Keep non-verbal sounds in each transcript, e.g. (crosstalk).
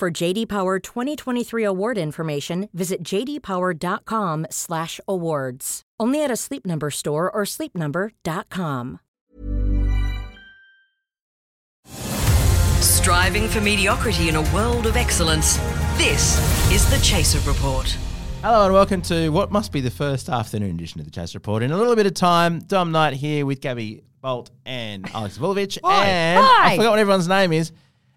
For JD Power 2023 award information, visit jdpower.com/awards. Only at a Sleep Number store or sleepnumber.com. Striving for mediocrity in a world of excellence. This is the Chaser Report. Hello and welcome to what must be the first afternoon edition of the Chase Report. In a little bit of time, Dom Knight here with Gabby Bolt and Alex Vulovic. and I Hi. forgot what everyone's name is.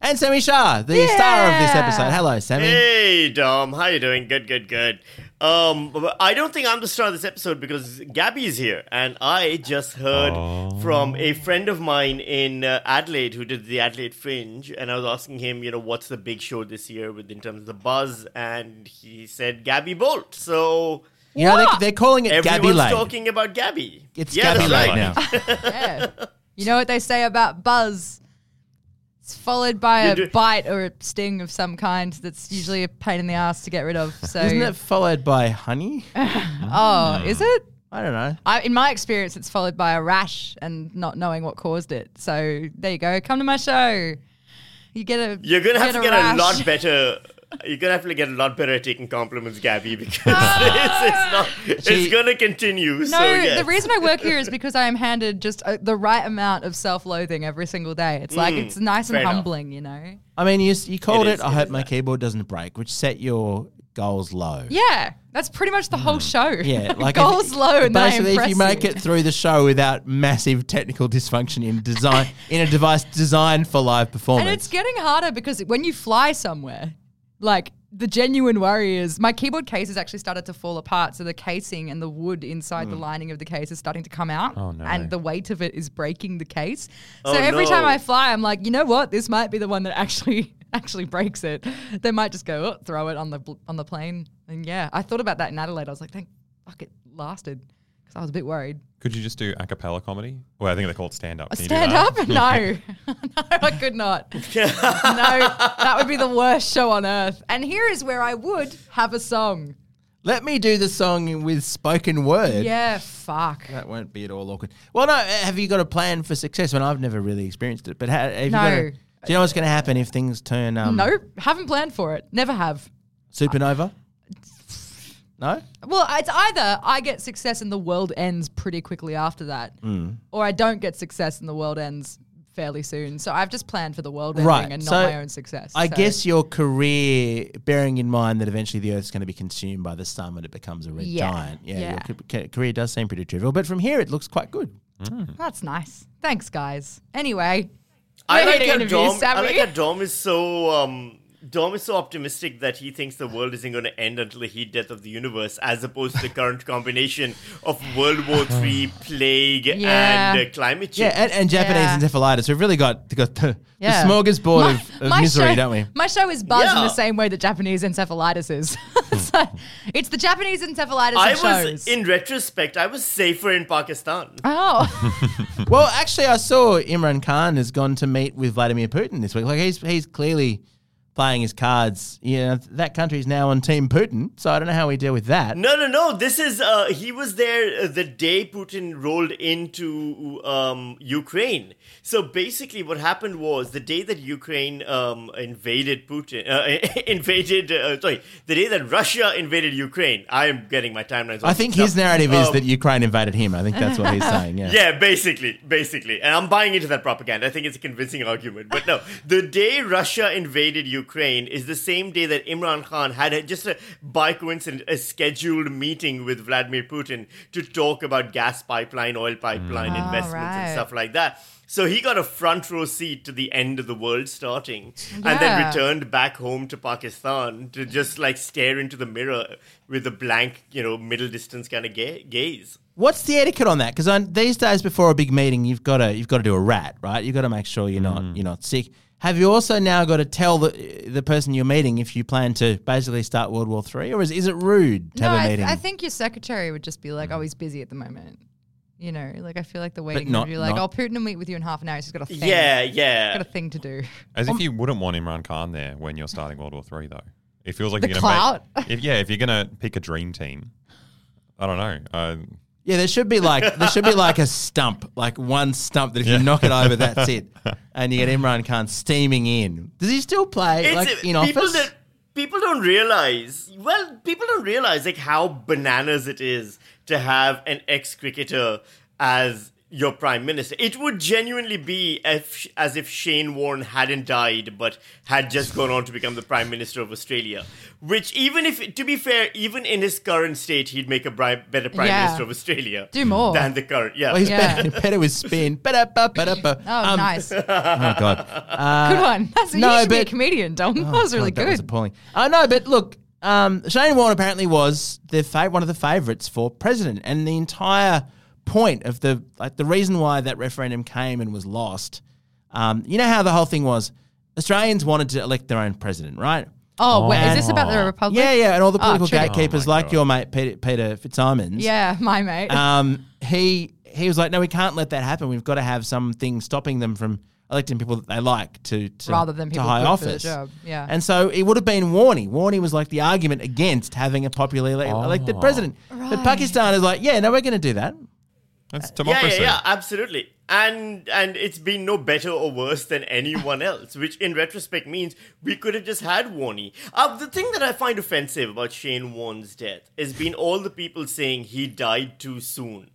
And Sammy Shah, the star of this episode. Hello, Sammy. Hey, Dom. How you doing? Good, good, good. Um, but I don't think I'm the star of this episode because Gabby is here, and I just heard Oh. from a friend of mine in uh, Adelaide who did the Adelaide Fringe, and I was asking him, you know, what's the big show this year with in terms of the buzz, and he said Gabby Bolt. So You know, they're, they're calling it Gabby everyone's Lane. talking about Gabby. It's Yeah, Gabby that's Lane right. now. Yeah. you know what they say about buzz? It's followed by You a do- bite or a sting of some kind that's usually a pain in the ass to get rid of. So, Isn't it followed by honey? oh, is it? I don't know. I, in my experience, it's followed by a rash and not knowing what caused it. So there you go. Come to my show. You get a. You're gonna have to get rash. a (laughs) lot better. You're gonna have to get a lot better at taking compliments, Gabby, because (laughs) it's, it's not. She- it's gonna continue. No, so, yes. the reason I work here (laughs) is because I am handed just uh the right amount of self-loathing every single day. It's like it's nice and Mm, fair enough. humbling, you know. I mean, you, s- you called it, It is- I it hope is my that. keyboard doesn't break, which set your goals low. Yeah, that's pretty much the whole show. Hmm. (laughs) Yeah, like if- goals low and then I basically, if you impress make it through the show without massive technical dysfunction in (laughs) design in a device designed for live performance, And it's getting harder because when you fly somewhere, like the genuine worry is my keyboard case has actually started to fall apart. So the casing and the wood inside Hmm. the lining of the case is starting to come out. Oh, no. And the weight of it is breaking the case. So Oh, every time no. I fly, I'm like, you know what? This might be the one that actually (laughs) actually breaks it. They might just go oh, throw it on the bl- on the plane. And yeah, I thought about that in Adelaide. I was like, thank fuck it lasted because I was a bit worried. Could you just do a cappella comedy? Well, I think they call it stand up. A stand up? (laughs) (laughs) No. no, I could not. no, that would be the worst show on earth. And here is where I would have a song. Let me do the song with spoken word. Yeah, fuck. That won't be at all awkward. Well, no, uh, have you got a plan for success? Well, I've never really experienced it, but ha have you got a- No. do you know what's going to happen if things turn um, Nope, haven't planned for it. Never have. (laughs) supernova? No? Well, it's either I get success and the world ends pretty quickly after that, Mm. or I don't get success and the world ends fairly soon. So I've just planned for the world ending Right, and not so my own success. I So- guess your career, bearing in mind that eventually the Earth's going to be consumed by the sun when it becomes a red Yeah, giant. Yeah, yeah. your ca- ca- career does seem pretty trivial, but from here it looks quite good. that's nice. Thanks, guys. Anyway, I we're here like to how interview Dom. I Sammy. like how Dom is so um, Dom is so optimistic that he thinks the world isn't going to end until the heat death of the universe, as opposed to the current (laughs) combination of World (sighs) War Three, plague, Yeah. and uh, climate Yeah, change. and, and Japanese Yeah. encephalitis. We've really got, got the, Yeah. the smorgasbord My- of, of my misery, show, don't (laughs) we? My show is buzz in Yeah. the same way that Japanese encephalitis is. (laughs) it's, like- it's the Japanese encephalitis I was, of shows. in retrospect, I was safer in Pakistan. (laughs) oh, Well, actually, I saw Imran Khan has gone to meet with Vladimir Putin this week. Like he's he's clearly playing his cards. You know, that country is now on Team Putin, so I don't know how we deal with that. No, no, no. This is uh, he was there uh, the day Putin rolled into um, Ukraine. So basically, what happened was the day that Ukraine um, invaded Putin, uh, (laughs) invaded. Uh, sorry, the day that Russia invaded Ukraine. I am getting my timelines. all I think mixed his up. narrative is Um, that Ukraine invaded him. I think that's what (laughs) he's saying. Yeah. yeah, basically, basically. And I'm buying into that propaganda. I think it's a convincing argument. But no, the day Russia invaded Ukraine is the same day that Imran Khan had a, just a, by coincidence a scheduled meeting with Vladimir Putin to talk about gas pipeline, oil pipeline investments, right. and stuff like that. So he got a front row seat to the end of the world starting, and then Yeah. returned back home to Pakistan to just like stare into the mirror with a blank, you know, middle distance kind of ga- gaze. What's the etiquette on that? Because these days, before a big meeting, you've got to you've got to do a rat, right? You've got to make sure you're not you're not sick. Have you also now got to tell the the person you're meeting if you plan to basically start World War Three, or is is it rude to no, have a I, th- meeting? I think your secretary would just be like, "Oh, he's busy at the moment." You know, like I feel like the waiting not- would be like, not- "Oh, Putin will meet with you in half an hour. He's just got a thing. Yeah, He's got yeah. a thing to do." (laughs) (laughs) As if you Um, wouldn't want Imran Khan there when you're starting World War Three, though. It feels like The you're Make, clout? (laughs) if, yeah, if you're gonna pick a dream team, I don't know. Uh, yeah, there should be like there should be like a stump, like one stump that if you knock it over, that's it, and you get Imran Khan steaming in. Does he still play like in people office? Don't, people don't realize. Well, people don't realize like how bananas it is to have an ex cricketer as your prime minister. It would genuinely be if, as if Shane Warne hadn't died but had just gone on to become the prime minister of Australia. Which, even if to be fair, even in his current state, he'd make a bri- better prime Yeah. minister of Australia. Do more. than the current. Yeah. Well, he's Yeah. better, better with spin. Um, Better, ba, better, ba. Oh, (laughs) nice, good Oh god. one. That's no, you should be a but- Oh, comedian, Dom. that was really God, That was good. appalling. I know, but look, um, Shane Warne apparently was the fa- one of the favourites for president, and the entire point of the like the reason why that referendum came and was lost. Um, you know how the whole thing was. Australians wanted to elect their own president, right? oh, wait, is this about the Republic? Yeah, yeah, and all the political Ah, true. gatekeepers, like your mate Peter, Peter Fitzsimons. Yeah, my mate. Um, he he was like, no, we can't let that happen. We've got to have something stopping them from electing people that they like to, to Rather than people to high good office. for the job, yeah. And so it would have been Warney. Warney was like the argument against having a popularly Oh. ele- elected president. But Pakistan is like, yeah, no, we're going to do that. that's Uh, yeah, democracy. yeah, yeah, absolutely. And and it's been no better or worse than anyone else, which in retrospect means we could have just had Warney. Uh, the thing that I find offensive about Shane Warne's death has been all the people saying he died too soon,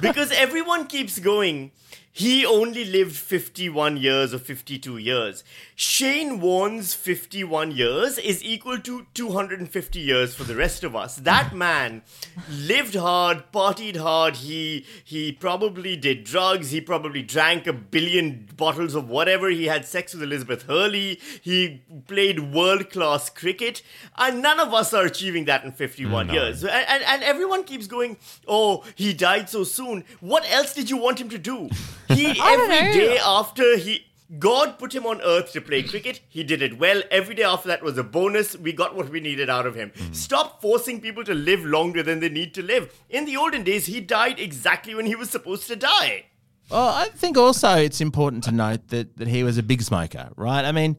because everyone keeps going. He only lived 51 years or 52 years. Shane Warne's 51 years is equal to 250 years for the rest of us. That man lived hard, partied hard. He he probably did drugs. He probably drank a billion bottles of whatever. He had sex with Elizabeth Hurley. He played world class cricket, and none of us are achieving that in 51 years. And, and and everyone keeps going, "Oh, he died so soon. What else did you want him to do?" (laughs) He don't every know. day after he God put him on earth to play cricket. He did it well. Every day after that was a bonus. We got what we needed out of him. Stop forcing people to live longer than they need to live. In the olden days, he died exactly when he was supposed to die. Well, I think also it's important to note that, that he was a big smoker, right? I mean,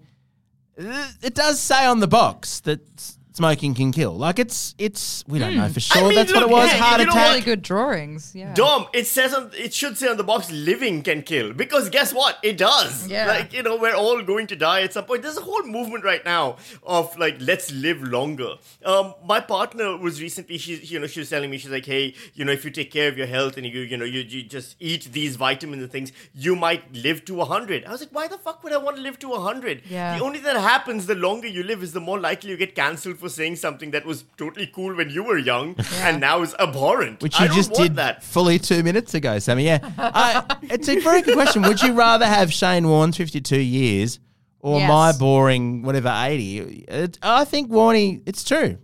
th- it does say on the box that s- smoking can kill. Like it's it's we don't know for sure. Hmm. mean, That's what look, it was. yeah, heart you know attack. what? really good drawings. Yeah. Dom, it says on it should say on the box living can kill because guess what? It does. Yeah. Like, you know, we're all going to die at some point. There's a whole movement right now of like let's live longer. Um my partner was recently she you know she was telling me she's like, "Hey, you know, if you take care of your health and you you know you, you just eat these vitamins and things, you might live to 100." I was like, "Why the fuck would I want to live to 100?" Yeah. The only thing that happens the longer you live is the more likely you get cancelled for saying something that was totally cool when you were young and now is abhorrent. Which I you don't just want did that. fully two minutes ago, Sammy. Yeah, I, it's a very good question. Would you rather have Shane Warne's fifty-two years or Yes. my boring whatever eighty? It, I think Warney. It's true.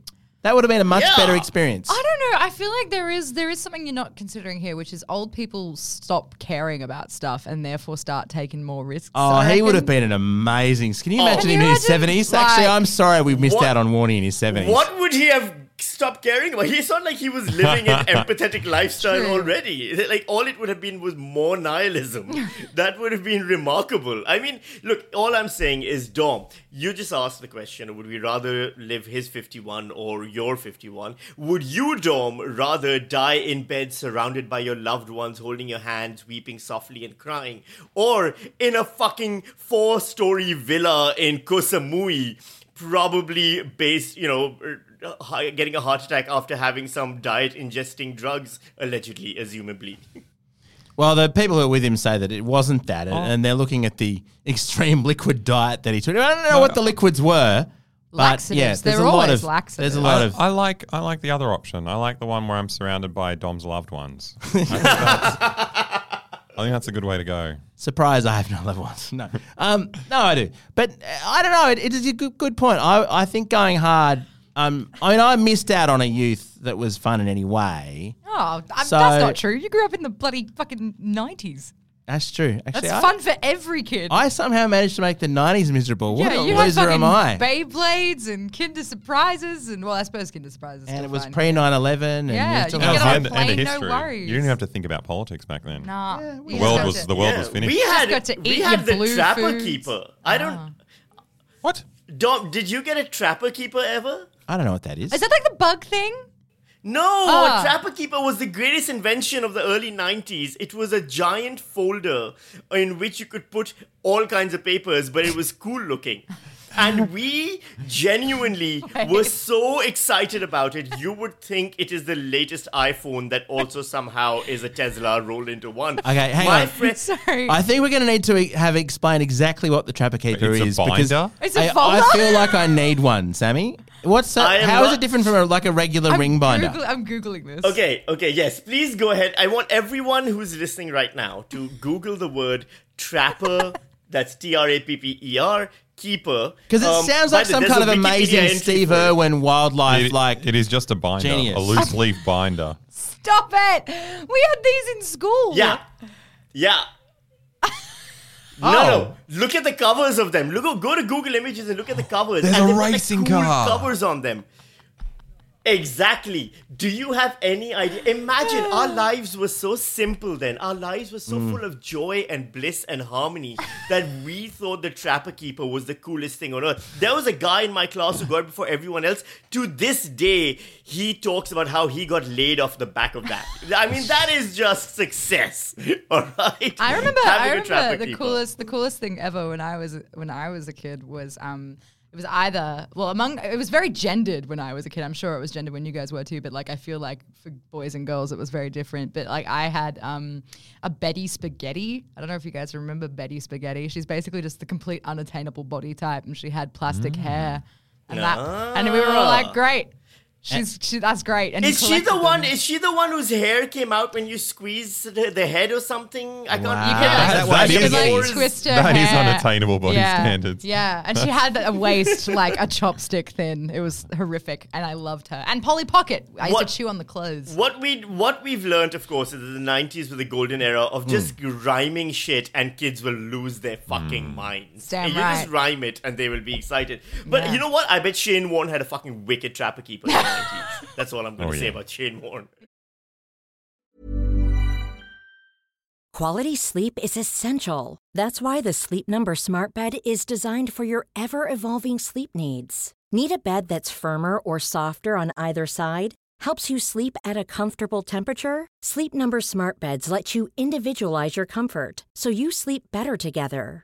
That would have been a much Yeah. better experience. I don't know. I feel like there is there is something you're not considering here, which is old people stop caring about stuff and therefore start taking more risks. Oh, I he would have reckon. been an amazing. Can you imagine Can him you in his imagine, seventies? Actually, like- I'm sorry we missed Oh. What- out on Warney in his seventies. What would he have stopped caring about? It's not like he was living an empathetic lifestyle already. Like all it would have been was more nihilism. that would have been remarkable. I mean, look, all I'm saying is, Dom, you just asked the question: Would we rather live his 51 or your 51? Would you, Dom, rather die in bed surrounded by your loved ones, holding your hands, weeping softly and crying, or in a fucking four-story villa in Kosamui? probably based, you know, er, hi- getting a heart attack after having some diet ingesting drugs, allegedly, assumably. Well, the people who are with him say that it wasn't that, Oh. and, and they're looking at the extreme (laughs) liquid diet that he took. I don't know what the liquids were, but Laxatives. yeah, there's They're a lot always of laxatives. there's a lot I, of I like I like the other option. I like the one where I'm surrounded by Dom's loved ones. (laughs) (laughs) I think that's, I think that's a good way to go. Surprise! I have no loved ones. No, (laughs) um, no, I do, but uh, I don't know. It, it is a good, good point. I, I think going hard. Um, I mean, I missed out on a youth that was fun in any way. Oh, I'm- So- that's not true. You grew up in the bloody fucking nineties. That's true. Actually, That's I, fun for every kid. I somehow managed to make the 90s miserable. What yeah, a you had loser am I? fucking Beyblades and Kinder Surprises and well, I suppose Kinder Surprises. and still it was fine. pre 9 11. Yeah, you That Get was on the a end, end of plane, no history. worries. you didn't have to think about politics back then. Nah, The world was the world Yeah, was finished. We had got to we eat had your the blue trapper foods. Ah. keeper. I don't. what? Dom, did you get a trapper keeper ever? I don't know what that is. Is that like the bug thing? No, Ah. a trapper keeper was the greatest invention of the early 90s. It was a giant folder in which you could put all kinds of papers, but it was cool looking. And we genuinely were so excited about it, you would think it is the latest iPhone that also somehow is a Tesla rolled into one. Okay, hang My on. friend- (laughs) Sorry. I think we're going to need to e- have explain exactly what the Trapper Keeper It's a is because binder? It's I- a I folder? feel like I need one, Sammy. What's I that? am How is not- it different from a, like a regular ring binder? Googl- I'm googling this. Okay, okay, yes. Please go ahead. I want everyone who's listening right now to Google the word (laughs) trapper. that's T R A P P E R keeper. Because it Um, sounds like by the- some there's kind of a Wikipedia amazing entry Steve for it. Irwin wildlife It- like. it is just a binder, Genius. a loose leaf (laughs) binder. Stop it. We had these in school. Yeah, yeah. No, Oh. Oh. no. Look at the covers of them. Look, go to Google Images and look at the covers. There's and a they've got, like, racing cool car. Covers on them. Exactly. Do you have any idea? Imagine our lives were so simple then. Our lives were so Mm. full of joy and bliss and harmony that we thought the Trapper Keeper was the coolest thing on earth. There was a guy in my class who got it before everyone else. To this day, he talks about how he got laid off the back of that. I mean, that is just success. (laughs) All right. I remember. Having I a Trapper remember the Keeper. coolest. The coolest thing ever when I was when I was a kid was um. It was either well among it was very gendered when I was a kid. I'm sure it was gendered when you guys were too, but like I feel like for boys and girls it was very different. But like I had um a Betty Spaghetti. I don't know if you guys remember Betty Spaghetti. She's basically just the complete unattainable body type, and she had plastic Mm. hair, and that, and we were all like, great. She's she, that's great. And you Is she the collected one? them. Is she the one whose hair came out when you squeezed the, the head or something? I can't. Wow. You can, That like, was you She can, could, amazing. like, like That twist her that is hair. unattainable body yeah. standards. Yeah, and she had a waist like a chopstick thin. It was horrific, and I loved her. And Polly Pocket, I used What- to chew on the clothes. What we what we've learned, of course, is that the '90s were the golden era Hmm. of just rhyming shit, and kids will lose their fucking minds. Damn you just right. rhyme it, and they will be excited. But Yeah. you know what? I bet Shane Warne had a fucking wicked trapper keeper. (laughs) in the 90s. That's all I'm going Oh, to say yeah. about Shane Warne. Quality sleep is essential. That's why the Sleep Number Smart Bed is designed for your ever evolving sleep needs. Need a bed that's firmer or softer on either side? Helps you sleep at a comfortable temperature? Sleep Number Smart Beds let you individualize your comfort so you sleep better together.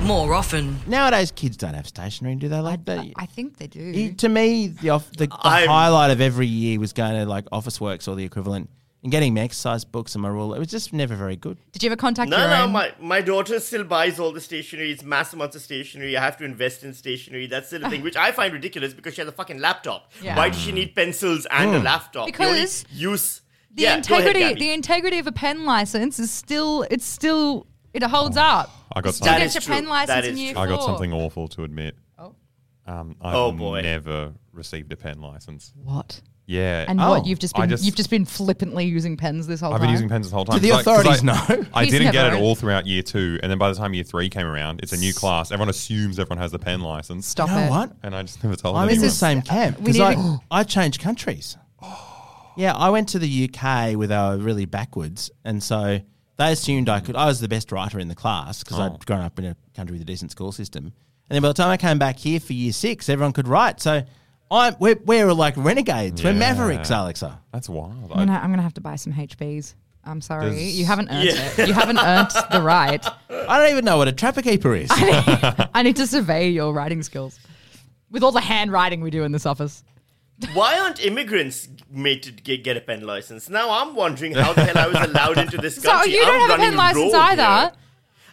more often. Nowadays, kids don't have stationery, do they? Like, I- they- I think they do. He- to me, the, off, the, the I'm- highlight of every year was going to like Office Works or the equivalent and getting my exercise books and my ruler. It was just never very good. Did you ever contact No, your no, own? my, my daughter still buys all the stationery. It's mass amounts of stationery. I have to invest in stationery, that sort of (sighs) thing, which I find ridiculous because she has a fucking laptop. Yeah. Why does she need pencils and a laptop? The only Because use the Yeah, go ahead, integrity, Gabby. the integrity of a pen license is still, it's still, it holds up. Oh, I got Still That something. get is your true. pen That license is in year true. I got four. something awful to admit. Oh. Um, I've Oh, boy. never received a pen license. What? Yeah. And Oh, what you've just I been, just- you've just been flippantly using pens this whole I've time. been using pens this whole time. the 'Cause I- 'cause authorities I, know? I He's didn't get it never- all throughout year two, and then by the time year three came around, it's a new class. Everyone assumes everyone has the pen license. Stop You know it. what? And I just never told I'm in anyone. the same camp we because I, need to- (gasps) I changed (gasps) countries. Yeah, I went to the UK where they were uh, really backwards, and so they assumed I could. I was the best writer in the class because Oh. I'd grown up in a country with a decent school system. And then by the time I came back here for year six, everyone could write. So I we're, we're like renegades. We're Yeah. mavericks, Alexa. That's wild. I'm I, gonna, I'm gonna have to buy some HBs. I'm sorry, There's- you haven't earned it. You haven't earned the (laughs) right. I don't even know what a trapper keeper is. I need to survey your writing skills with all the handwriting we do in this office. Why aren't immigrants made to g- get a pen license? Now I'm wondering how the hell I was allowed into this (laughs) So country. you I'm don't have a running pen license rogue either. here.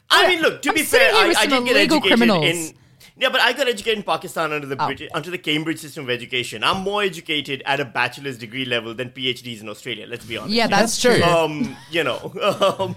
I mean, look. To I'm be sitting fair, here I, with I some did get illegal educated criminals. Oh. in. Yeah, but I got educated in Pakistan under the British, under the Cambridge system of education. I'm more educated at a bachelor's degree level than PhDs in Australia. Let's be honest. Yeah, that's, That's true. true. Um, you know, (laughs) um,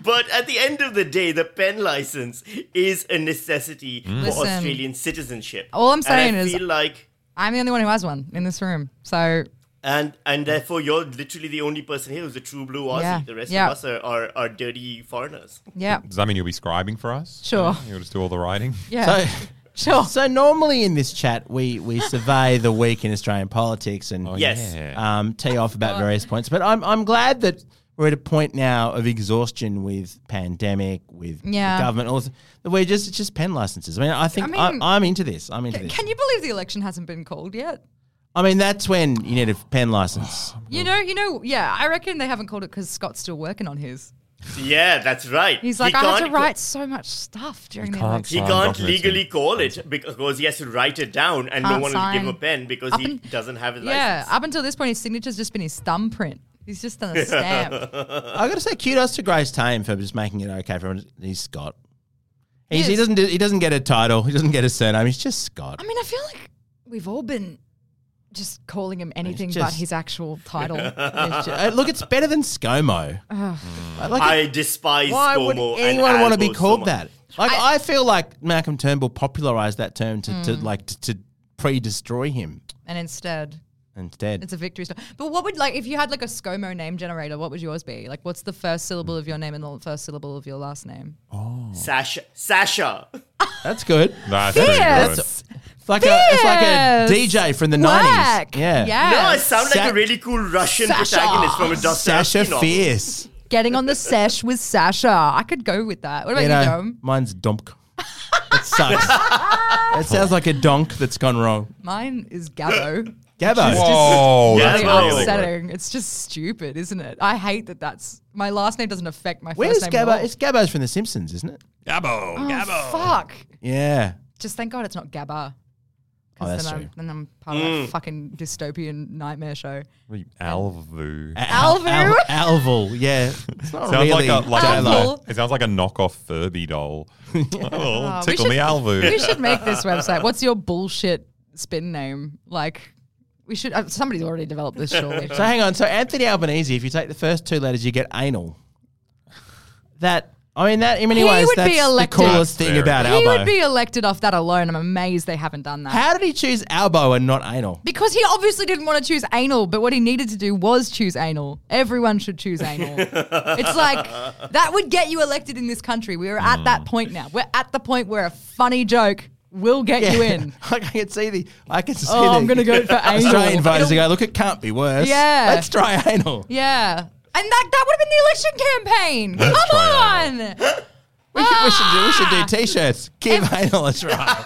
but at the end of the day, the pen license is a necessity for Mm. Listen. Australian citizenship. All I'm saying and I is- feel like, I'm the only one who has one in this room. So and and therefore, you're literally the only person here who's a true blue Aussie. Yeah, The rest yeah. of us are, are are dirty foreigners. yeah, Does that mean you'll be scribing for us? Sure. You'll just do all (laughs) the writing? yeah, sure. (laughs) So normally in this chat, we we survey the week in Australian politics and Oh, Yes. yeah. um, tee off about various points. But I'm I'm glad that we're at a point now of exhaustion with pandemic, with the Yeah. government, all this- that we're just it's just pen licenses. I mean, I think I mean- I, am into this. I'm into this. Can you believe the election hasn't been called yet? I mean, that's when you need a pen license. You know, you know, yeah. I reckon they haven't called it because Scott's still working on his. Yeah, that's right. He's He like, I had can't to go- write so much stuff during the can't election. He Sign can't documents legally in. call it because he has to write it down, and no Can't one will give him a sign. pen because Up he and- doesn't have his Yeah, license. up until this point, his signature's just been his thumbprint. He's just done (laughs) a stamp. I got to say, kudos to Grace Tame for just making it okay for everyone. He's Scott. He's, he Yes. doesn't do, he doesn't get a title. He doesn't get a surname. He's just Scott. I mean, I feel like we've all been just calling him anything but just- his actual (laughs) title. It's ju- uh, look, it's better than ScoMo. I like it. I despise Why ScoMo would and anyone want to be Albo so called much. that? Like, I, feel like Malcolm Turnbull popularized that term to, to Hmm. like to, to pre-destroy him and instead, instead. it's a victory story. But what would like if you had like a ScoMo name generator? What would yours be? Like, what's the first syllable of your name and the first syllable of your last name? Sasha, Sasha. That's good. That's pretty Fierce. good. It's like a it's like a Yes. DJ from the nineties. Whack. Yeah. No, Oh, I Yes. sound like Sa- a really cool Russian Sasha. protagonist from a Dostoevsky Sasha novel. Fierce. Getting on the sesh with Sasha. I could go with that. What about You you, know, Dom? mine's Domk. It (laughs) sucks. that sounds like a donk that's gone wrong. Mine is (laughs) Gabbo. Gabbo. Whoa, Yeah, that's it's really good. upsetting. It's just stupid, isn't it? I hate that. That's my last name doesn't affect my Where's first name. at Gabbo? all. It's Gabbo's from The Simpsons, isn't it? Gabbo, Oh, Gabbo. Fuck. Yeah. Just thank God it's not Gabba. Oh, that's then, I'm, true. then I'm part of Mm. that fucking dystopian nightmare show. Alvu. Al- Alvu? Al- Alvul, (laughs) yeah. It's not Sounds really like a like a, J-Lo. Alvu. knock- it sounds like a knockoff Furby (laughs) doll. oh, Oh, we tickle me, should- We Alvu. should make this website. What's your bullshit spin name? Like, we should. Uh, somebody's already developed this, (laughs) surely. So hang on. So Anthony Albanese, if you take the first two letters, you get anal. That I mean that in many He ways would be that's the elected. coolest thing Very about good. he Albo. would be elected off that alone. I'm amazed they haven't done that. How did he choose Albo and not anal? Because he obviously didn't want to choose anal, but what he needed to do was choose anal. Everyone should choose anal. it's like that would get you elected in this country. We're at Mm. that point now. We're at the point where a funny joke will get you in. (laughs) Like I can see the I can see Oh, the I'm gonna go for anal. Australian voters It'll- go, look, it can't be worse. Yeah. Let's try anal. Yeah. And that, that would have been the election campaign. Come try on. We, should, we should do we should do t shirts. Give anal a (laughs) try.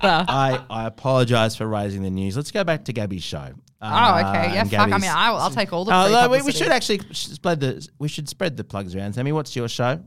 I, I apologize for raising the news. Let's go back to Gabby's show. Oh, Uh, okay. Yeah, and fuck. I Gabby's- mean, I, will- I'll take all the Uh, free no, we, we publicity. should actually spread the we should spread the plugs around. Sammy, what's your show?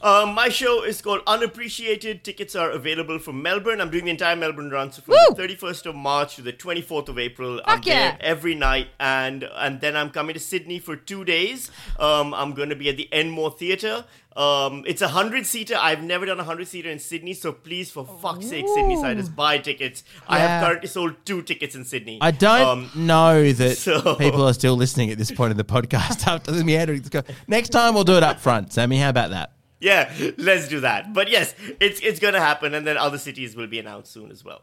Um, my show is called Unappreciated. Tickets are available from Melbourne. I'm doing the entire Melbourne run, so from Woo! the 31st of March to the 24th of April. I'm Fuck yeah. there every night, and and then I'm coming to Sydney for two days. Um, I'm going to be at the Enmore Theatre. Um, it's a hundred seater. I've never done a hundred seater in Sydney, so please, for fuck's sake, Sydney siders, buy tickets. I have Yeah. currently sold two tickets in Sydney. I don't know that Um, so- (laughs) people are still listening at this point of the podcast (laughs) after the meandering. Next time we'll do it up front, Sammy. How about that? yeah, let's do that. But yes, it's it's going to happen, and then other cities will be announced soon as well.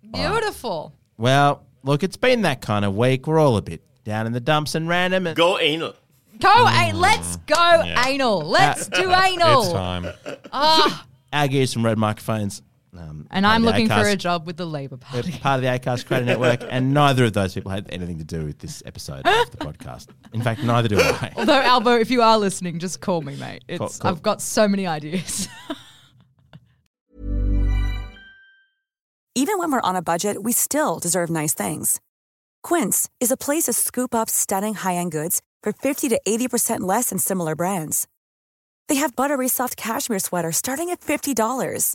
Beautiful. Well, look, it's been that kind of week. We're all a bit down in the dumps and random. And Go anal. Go, Mm. a- let's go Yeah. anal. Let's Uh, do anal. Ah, It's time. our gears from Red Microphones. Um, And part of I'm the looking for Acast- a job with the Labour Party. (laughs) Part of the Acast Creator Network, and neither of those people had anything to do with this episode (laughs) of the podcast. In fact, neither do I. Although Albo, if you are listening, just call me, mate. It's Cool, cool. I've got so many ideas. Even when we're on a budget, we still deserve nice things. Quince is a place to scoop up stunning high-end goods for 50 to 80% less than similar brands. They have buttery soft cashmere sweaters starting at $50,